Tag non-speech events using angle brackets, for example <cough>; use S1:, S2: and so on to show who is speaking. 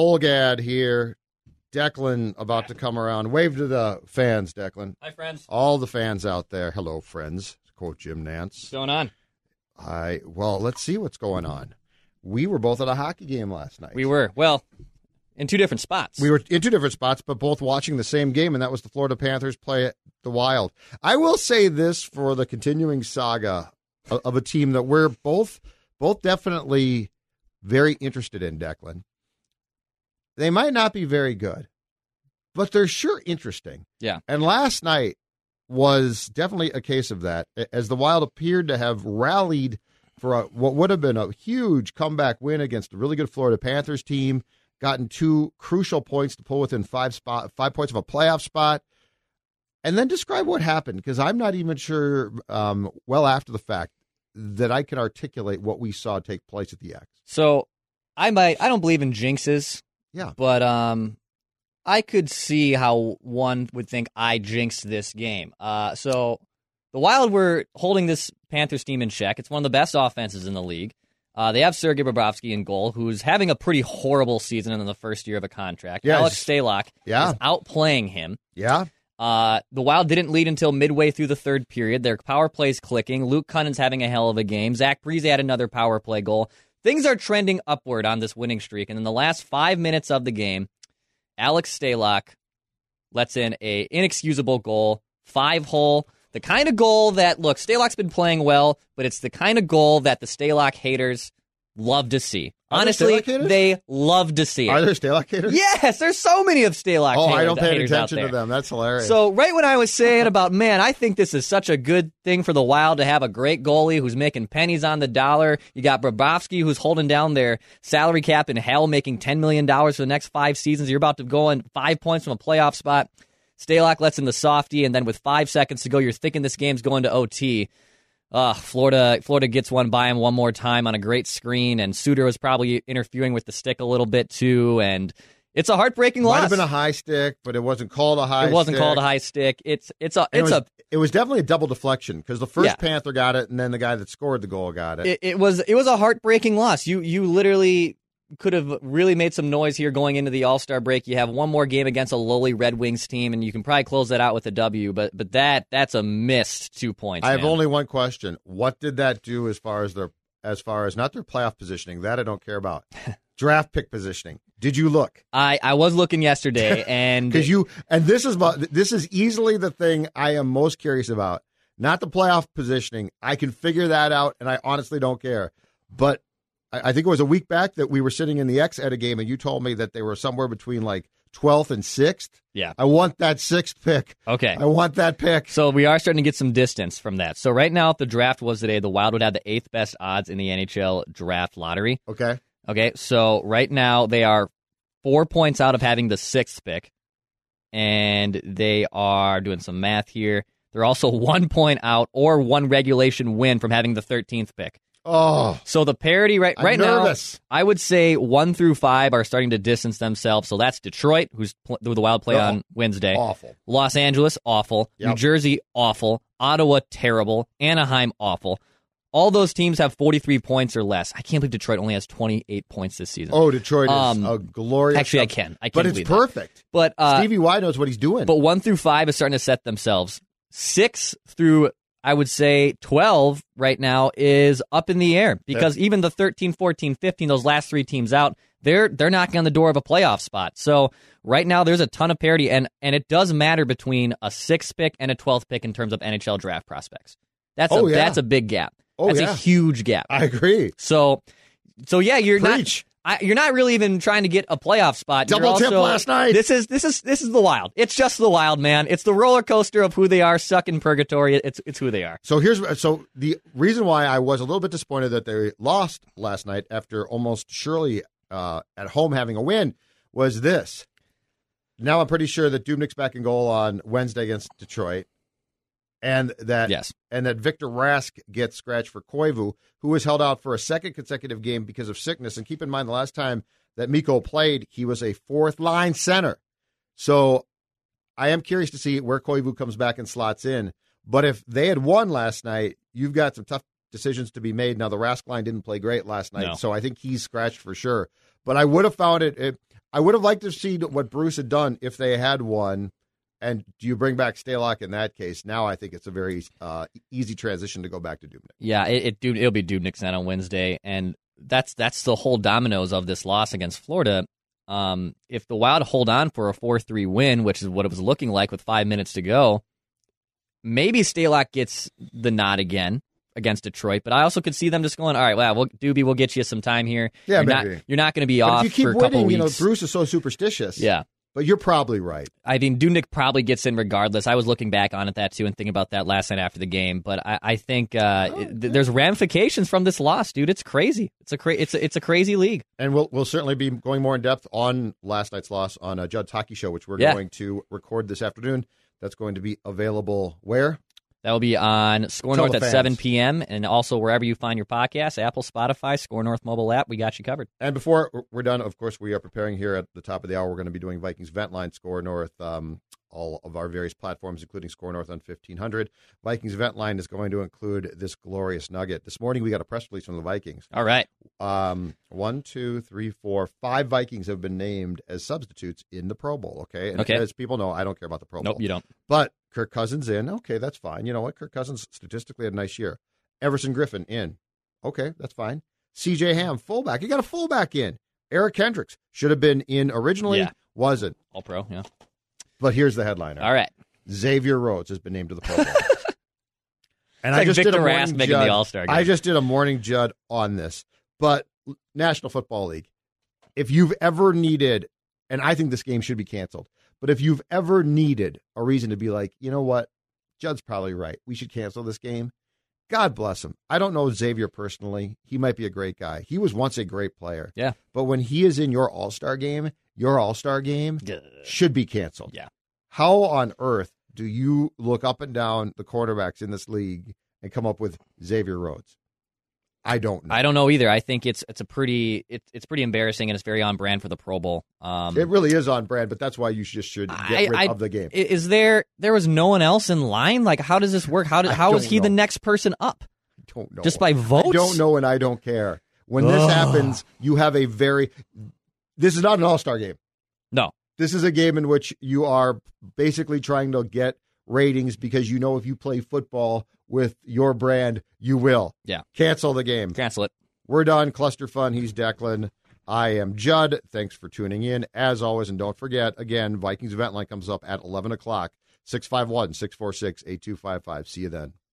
S1: Zolgad here. Declan about to come around. Wave to the fans, Declan.
S2: Hi, friends.
S1: All the fans out there. Hello, friends. to Quote Jim Nance.
S2: What's going on?
S1: I well, let's see what's going on. We were both at a hockey game last night.
S2: We were, well, in two different spots.
S1: We were in two different spots, but both watching the same game, and that was the Florida Panthers play at the Wild. I will say this for the continuing saga of, of a team that we're both both definitely very interested in, Declan. They might not be very good, but they're sure interesting.
S2: Yeah.
S1: And last night was definitely a case of that, as the Wild appeared to have rallied for a, what would have been a huge comeback win against a really good Florida Panthers team, gotten two crucial points to pull within five spot, five points of a playoff spot. And then describe what happened, because I'm not even sure, um, well after the fact, that I can articulate what we saw take place at the X.
S2: So I might I don't believe in jinxes.
S1: Yeah.
S2: But um I could see how one would think I jinxed this game. Uh so the Wild were holding this Panthers team in check. It's one of the best offenses in the league. Uh, they have Sergei Bobrovsky in goal, who's having a pretty horrible season in the first year of a contract.
S1: Yes.
S2: Alex Stalock
S1: Yeah.
S2: is outplaying him.
S1: Yeah.
S2: Uh, the Wild didn't lead until midway through the third period. Their power play's clicking. Luke Cunningham's having a hell of a game. Zach Breeze had another power play goal. Things are trending upward on this winning streak. And in the last five minutes of the game, Alex Stalock lets in a inexcusable goal, five hole. The kind of goal that look Stalock's been playing well, but it's the kind of goal that the Stalock haters love to see.
S1: Are there
S2: Honestly,
S1: Stalock haters?
S2: they love to see it.
S1: Are there Stalock haters?
S2: yes, there's so many of Stalock.
S1: Oh,
S2: haters,
S1: I don't pay
S2: haters out
S1: attention to
S2: there.
S1: them. That's hilarious.
S2: So right when I was saying about man, I think this is such a good thing for the Wild to have a great goalie who's making pennies on the dollar. You got Bobrovsky who's holding down their salary cap in hell, making ten million dollars for the next five seasons. You're about to go on five points from a playoff spot. Stalock lets in the softy, and then with five seconds to go, you're thinking this game's going to OT. Uh, Florida, Florida gets one by him one more time on a great screen, and Suter was probably interfering with the stick a little bit too, and it's a heartbreaking
S1: Might
S2: loss.
S1: have been a high stick, but it wasn't called a high.
S2: It wasn't
S1: stick.
S2: called a high stick. It's it's a
S1: And
S2: it's
S1: it was,
S2: a
S1: It was definitely a double deflection because the first
S2: Yeah.
S1: Panther got it, and then the guy that scored the goal got it.
S2: it, it was it was a heartbreaking loss. You you literally could have really made some noise here going into the All Star break. You have one more game against a lowly Red Wings team, and you can probably close that out with a W. But but that that's a missed two points.
S1: I have
S2: man.
S1: only one question: What did that do as far as their as far as not their playoff positioning? That I don't care about.
S2: <laughs>
S1: Draft pick positioning. Did you look?
S2: I I was looking <laughs> yesterday, and
S1: Because you and this is my, this is easily the thing I am most curious about. Not the playoff positioning. I can figure that out, and I honestly don't care. But I, I think it was a week back that we were sitting in the X at a game, and you told me that they were somewhere between like twelfth and sixth.
S2: Yeah.
S1: I want that sixth pick.
S2: okay.
S1: I want that pick.
S2: So we are starting to get some distance from that. So right now, if the draft was today, the Wild would have the eighth best odds in the NHL draft lottery.
S1: Okay.
S2: Okay, so right now they are four points out of having the sixth pick, and they are doing some math here. They're also <laughs> one point out or one regulation win from having the thirteenth pick.
S1: Oh,
S2: So the parity right
S1: I'm
S2: right
S1: nervous.
S2: now, I would say one through five are starting to distance themselves. So that's Detroit, who's pl- who the Wild play
S1: They're
S2: on Wednesday.
S1: awful.
S2: Los Angeles, awful. New
S1: Yep.
S2: Jersey, awful. Ottawa, terrible. Anaheim, awful. All those teams have 43 points or less. I can't believe Detroit only has 28 points this season.
S1: Oh, Detroit is
S2: Um,
S1: a glorious.
S2: actually, I
S1: stuff.
S2: can. I can
S1: But it's
S2: believe
S1: perfect.
S2: That. But uh,
S1: Stevie Y knows what he's doing.
S2: but one through five is starting to set themselves. Six through I would say 12 right now is up in the air because even the 13, 14, 15, those last three teams out, they're they're knocking on the door of a playoff spot. So right now there's a ton of parity and and it does matter between a sixth pick and a 12th pick in terms of NHL draft prospects. That's
S1: Oh,
S2: a
S1: yeah.
S2: that's a big gap.
S1: Oh,
S2: that's
S1: yeah.
S2: a huge gap.
S1: I agree.
S2: So so yeah, you're
S1: Preach.
S2: not I, you're not really even trying to get a playoff spot. You're
S1: Double tip
S2: also-
S1: last night.
S2: This is this is this is the wild. It's just the wild, man. It's the roller coaster of who they are, stuck in purgatory. It's it's who they are.
S1: So here's so the reason why I was a little bit disappointed that they lost last night after almost surely uh, at home having a win was this. Now I'm pretty sure that Dubnik's back in goal on Wednesday against Detroit, and that
S2: Yes.
S1: and that Victor Rask gets scratched for Koivu, who was held out for a second consecutive game because of sickness. And keep in mind, the last time that Miko played, he was a fourth line center. So I am curious to see where Koivu comes back and slots in. But if they had won last night, you've got some tough decisions to be made. Now the Rask line didn't play great last night,
S2: No.
S1: so I think he's scratched for sure. But I would have found it, it I would have liked to have seen what Bruce had done if they had won. And do you bring back Stalock in that case? Now I think it's a very uh, easy transition to go back to Dubnik.
S2: Yeah, it, it Dub- it'll be Dubnik's night on Wednesday, and that's that's the whole dominoes of this loss against Florida. Um, if the Wild hold on for a four three win, which is what it was looking like with five minutes to go, maybe Stalock gets the nod again against Detroit. But I also could see them just going, "All right, well, we'll Doobie, we'll get you some time here.
S1: Yeah,
S2: you're
S1: maybe.
S2: not you're not going to be
S1: But
S2: off
S1: if you keep
S2: for a couple
S1: winning, you know
S2: weeks."
S1: Bruce is so superstitious.
S2: yeah,
S1: but you're probably right.
S2: I think Dubnik probably gets in regardless. I was looking back on it that too and thinking about that last night after the game. But I, I think uh,
S1: Oh,
S2: it- th- there's ramifications from this loss, dude. It's crazy. It's a cra- it's a, it's a crazy league.
S1: And we'll we'll certainly be going more in depth on last night's loss on a Judd's hockey show, which we're
S2: Yeah.
S1: going to record this afternoon. That's going to be available where?
S2: That will be on Score
S1: Tell
S2: North
S1: the
S2: at
S1: fans.
S2: 7 p.m. and also wherever you find your podcast, Apple, Spotify, Score North mobile app. We got you covered.
S1: And before we're done, of course, we are preparing here at the top of the hour. We're going to be doing Vikings Vent Line Score North, um, all of our various platforms, including Score North on 1500. Vikings Vent Line is going to include this glorious nugget. This morning, we got a press release from the Vikings.
S2: All right.
S1: Um, one, two, three, four, five Vikings have been named as substitutes in the Pro Bowl. Okay. And
S2: Okay.
S1: as people know, I don't care about the Pro
S2: Nope,
S1: Bowl.
S2: you don't.
S1: But Kirk Cousins in. Okay, that's fine. You know what? Kirk Cousins statistically had a nice year. Everson Griffin in. Okay, that's fine. CJ Ham, fullback. You got a fullback in. Eric Kendricks should have been in originally,
S2: Yeah.
S1: wasn't.
S2: All pro. Yeah.
S1: But here's the headliner
S2: All right.
S1: Xavier Rhodes has been named to the
S2: <laughs>
S1: Pro Bowl. and
S2: It's like Victor
S1: morning
S2: Rask making
S1: judge-
S2: the All Star game.
S1: I just did a morning Judd on this, but National Football League, if you've ever needed, and I think this game should be canceled, but if you've ever needed a reason to be like, you know what, Judd's probably right. We should cancel this game. God bless him. I don't know Xavier personally. He might be a great guy. He was once a great player.
S2: Yeah.
S1: But when he is in your all star game, your all star game should be canceled.
S2: Yeah.
S1: How on earth do you look up and down the quarterbacks in this league and come up with Xavier Rhodes? I don't know.
S2: I don't know either. I think it's it's a pretty it, it's pretty embarrassing and it's very on brand for the Pro Bowl. Um,
S1: it really is on brand, but that's why you just should get
S2: I-
S1: rid
S2: I-
S1: of the game.
S2: I- Is there there was no one else in line? Like, how does this work? How did,
S1: I
S2: how is
S1: don't
S2: he the
S1: know.
S2: next person up?
S1: I don't know.
S2: Just by votes?
S1: I don't know, and I don't care. When this
S2: Ugh.
S1: happens, you have a very. This is not an all star game.
S2: No.
S1: This is a game in which you are basically trying to get ratings because you know if you play football with your brand, you will.
S2: Yeah.
S1: Cancel the game.
S2: Cancel it.
S1: We're done. Cluster Fun. He's Declan. I am Judd. Thanks for tuning in. As always, and don't forget, again, Vikings Event Line comes up at 11 o'clock, 651 646 8255. See you then.